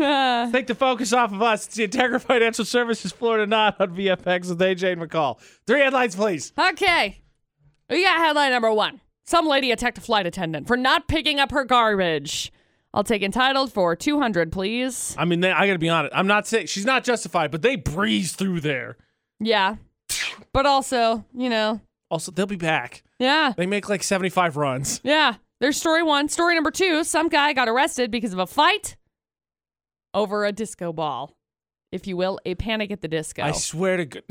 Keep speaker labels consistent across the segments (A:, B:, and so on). A: Uh,
B: Take the focus off of us. It's the Integra Financial Services Florida Knot on VFX with AJ and McCall. Three headlines, please.
A: Okay. We got headline number one. Some lady attacked a flight attendant for not picking up her garbage. I'll take entitled for 200, please.
B: I mean, they, I got to be honest. I'm not saying she's not justified, but they breeze through there.
A: Yeah. But also, you know,
B: Also, they'll be back.
A: yeah.
B: They make like 75 runs.
A: Yeah. There's story one. Story number two some guy got arrested because of a fight over a disco ball, if you will, a panic at the disco.
B: I swear to God.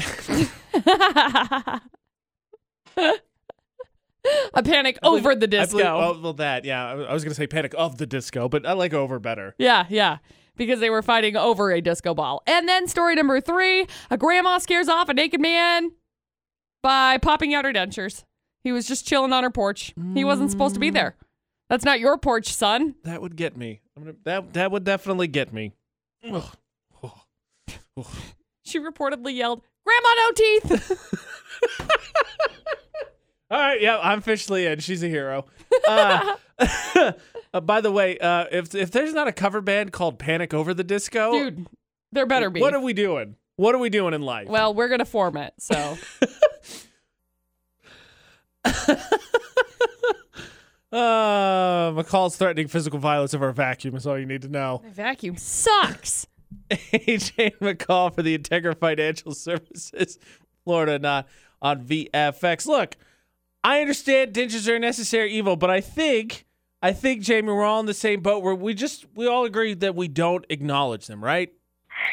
A: a panic over the disco.
B: I believe- oh, well, that, yeah. I I was going to say Panic of the Disco, but I like over better.
A: Yeah, yeah. Because they were fighting over a disco ball. And then story number three a grandma scares off a naked man by popping out her dentures. He was just chilling on her porch. He wasn't supposed to be there. That's not your porch, son.
B: That would get me. I'm gonna, that, that would definitely get me. Ugh.
A: She reportedly yelled, Grandma, no teeth.
B: All right, yeah, I'm officially in. She's a hero. Uh, uh, by the way, uh, if if there's not a cover band called Panic Over the Disco,
A: Dude, there better be.
B: what are we doing? What are we doing in life?
A: well, we're going to form it. So,
B: uh, McCall's threatening physical violence over a vacuum is all you need to know.
A: my vacuum sucks.
B: AJ McCall for the Integra Financial Services, Florida, not on VFX. Look, I understand dentures are a necessary evil, but I think I think Jamie, we're all in the same boat where we just we all agree that we don't acknowledge them, right?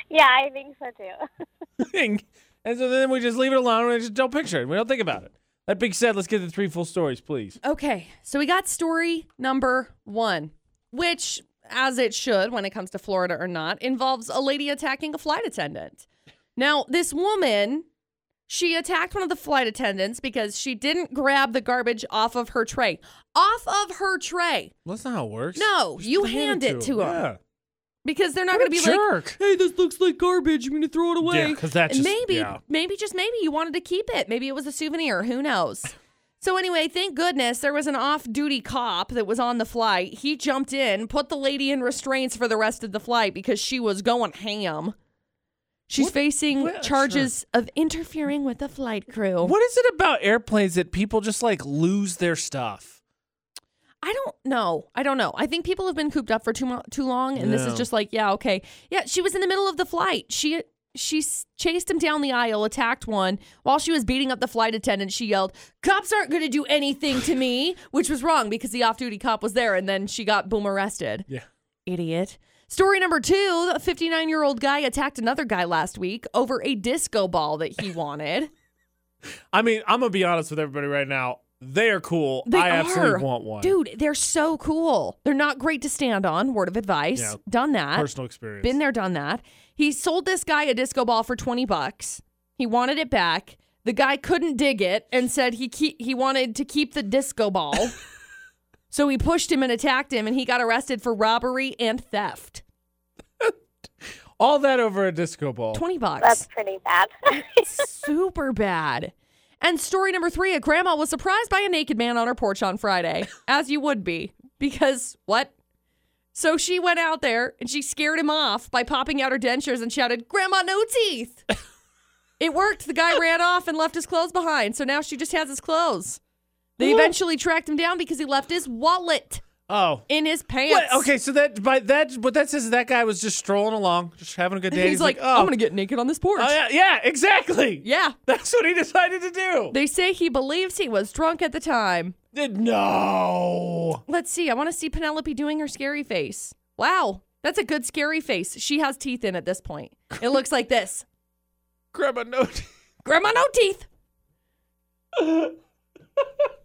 C: Yeah, I think so too.
B: thing. And so then we just leave it alone and just don't picture it. We don't think about it. That being said, let's get the three full stories, please.
A: Okay, so we got story number one, which, as it should when it comes to Florida or not, involves a lady attacking a flight attendant. Now, this woman, she attacked one of the flight attendants because she didn't grab the garbage off of her tray. Off of her tray.
B: Well, that's not how it works.
A: No, you hand it to 'em. Because they're not going to be like,
B: jerk.
A: hey, this looks like garbage. I'm going to throw it away.
B: Yeah, 'cause that's just-
A: maybe,
B: yeah.
A: maybe just maybe you wanted to keep it. Maybe it was a souvenir. Who knows? So anyway, thank goodness there was an off-duty cop that was on the flight. He jumped in, put the lady in restraints for the rest of the flight because she was going ham. She's
B: What-
A: facing
B: what-
A: charges of interfering with the flight crew.
B: What is it about airplanes that people just like lose their stuff?
A: I don't know. I don't know. I think people have been cooped up for too mo- too long, and this
B: Yeah.
A: is just like, yeah, okay, yeah. She was in the middle of the flight. She she s- chased him down the aisle, attacked one while she was beating up the flight attendant. She yelled, "Cops aren't going to do anything to me," which was wrong because the off duty cop was there, and then she got boom arrested.
B: Yeah.
A: Idiot. Story number two: the 59 year old guy attacked another guy last week over a disco ball that he wanted.
B: I mean, I'm gonna be honest with everybody right now. They are cool.
A: They
B: I
A: are.
B: absolutely want one.
A: Dude, they're so cool. They're not great to stand on. Word of advice.
B: Yeah.
A: Done that.
B: Personal experience.
A: Been there, done that. He sold this guy a disco ball for 20 bucks. He wanted it back. The guy couldn't dig it and said he keep, he wanted to keep the disco ball. so he pushed him and attacked him and he got arrested for robbery and theft.
B: All that over a disco ball.
A: 20 bucks.
C: That's pretty bad.
A: super bad. And story number three, a grandma was surprised by a naked man on her porch on Friday, as you would be, because what? So she went out there and she scared him off by popping out her dentures and shouted, Grandma, no teeth. it worked. The guy ran off and left his clothes behind. So now she just has his clothes. They
B: What?
A: eventually tracked him down because he left his wallet
B: Oh.
A: in his pants.
B: What? Okay, so that by that what that says is that guy was just strolling along, just having a good day.
A: He's, like,
B: oh,
A: I'm going to get naked on this porch.
B: oh yeah, yeah, exactly.
A: yeah.
B: That's what he decided to do.
A: They say he believes he was drunk at the time.
B: Did- No.
A: Let's see. I want to see Penelope doing her scary face. Wow. That's a good scary face. She has teeth in at this point. It looks like this.
B: Grandma note.
A: Grandma, no teeth.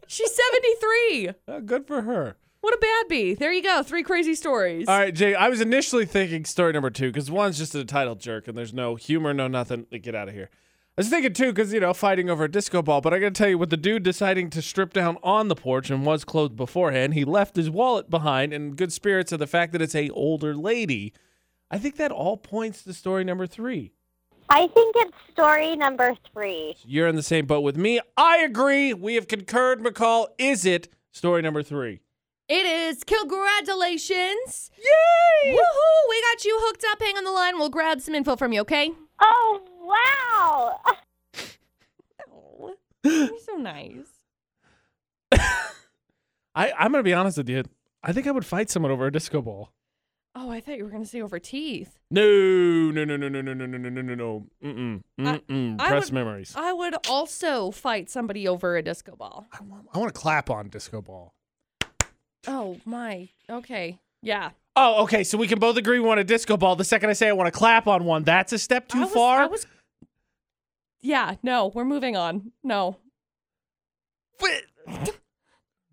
A: She's 73.
B: Uh, good for her.
A: What a bad bee. There you go. Three crazy stories.
B: All right, Jay. I was initially thinking story number two because one's just a title jerk and there's no humor, no nothing. Like, Get out of here. I was thinking two because you know fighting over a disco ball. But I got to tell you, with the dude deciding to strip down on the porch and was clothed beforehand, he left his wallet behind in good spirits of the fact that it's a older lady. I think that all points to story number three.
C: I think it's story number three.
B: You're in the same boat with me. I agree. We have concurred. McCall, is it story number three?
A: It is. Congratulations. Yay! Woohoo! We got you hooked up. Hang on the line. We'll grab some info from you, okay?
C: Oh, wow.
A: Oh, you're so nice.
B: I, I'm gonna be honest with you. I think I would fight someone over a disco ball.
A: Oh, I thought you were going to say over teeth.
B: No, no, no, no, no, no, no, no, no, no, no, no. Mm-mm,
A: I-
B: mm-mm.
A: I would-
B: Press
A: uh,
B: memories.
A: I would also fight somebody over a disco ball.
B: I want, I want to clap on disco ball.
A: Oh, my. Okay. Yeah.
B: Oh, okay. So we can both agree we want a disco ball. The second I say I want to clap on one, that's a step too
A: I was-
B: far.
A: I was. Yeah, no, we're moving on. No.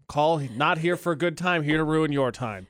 B: Call not here for a good time. Here to ruin your time.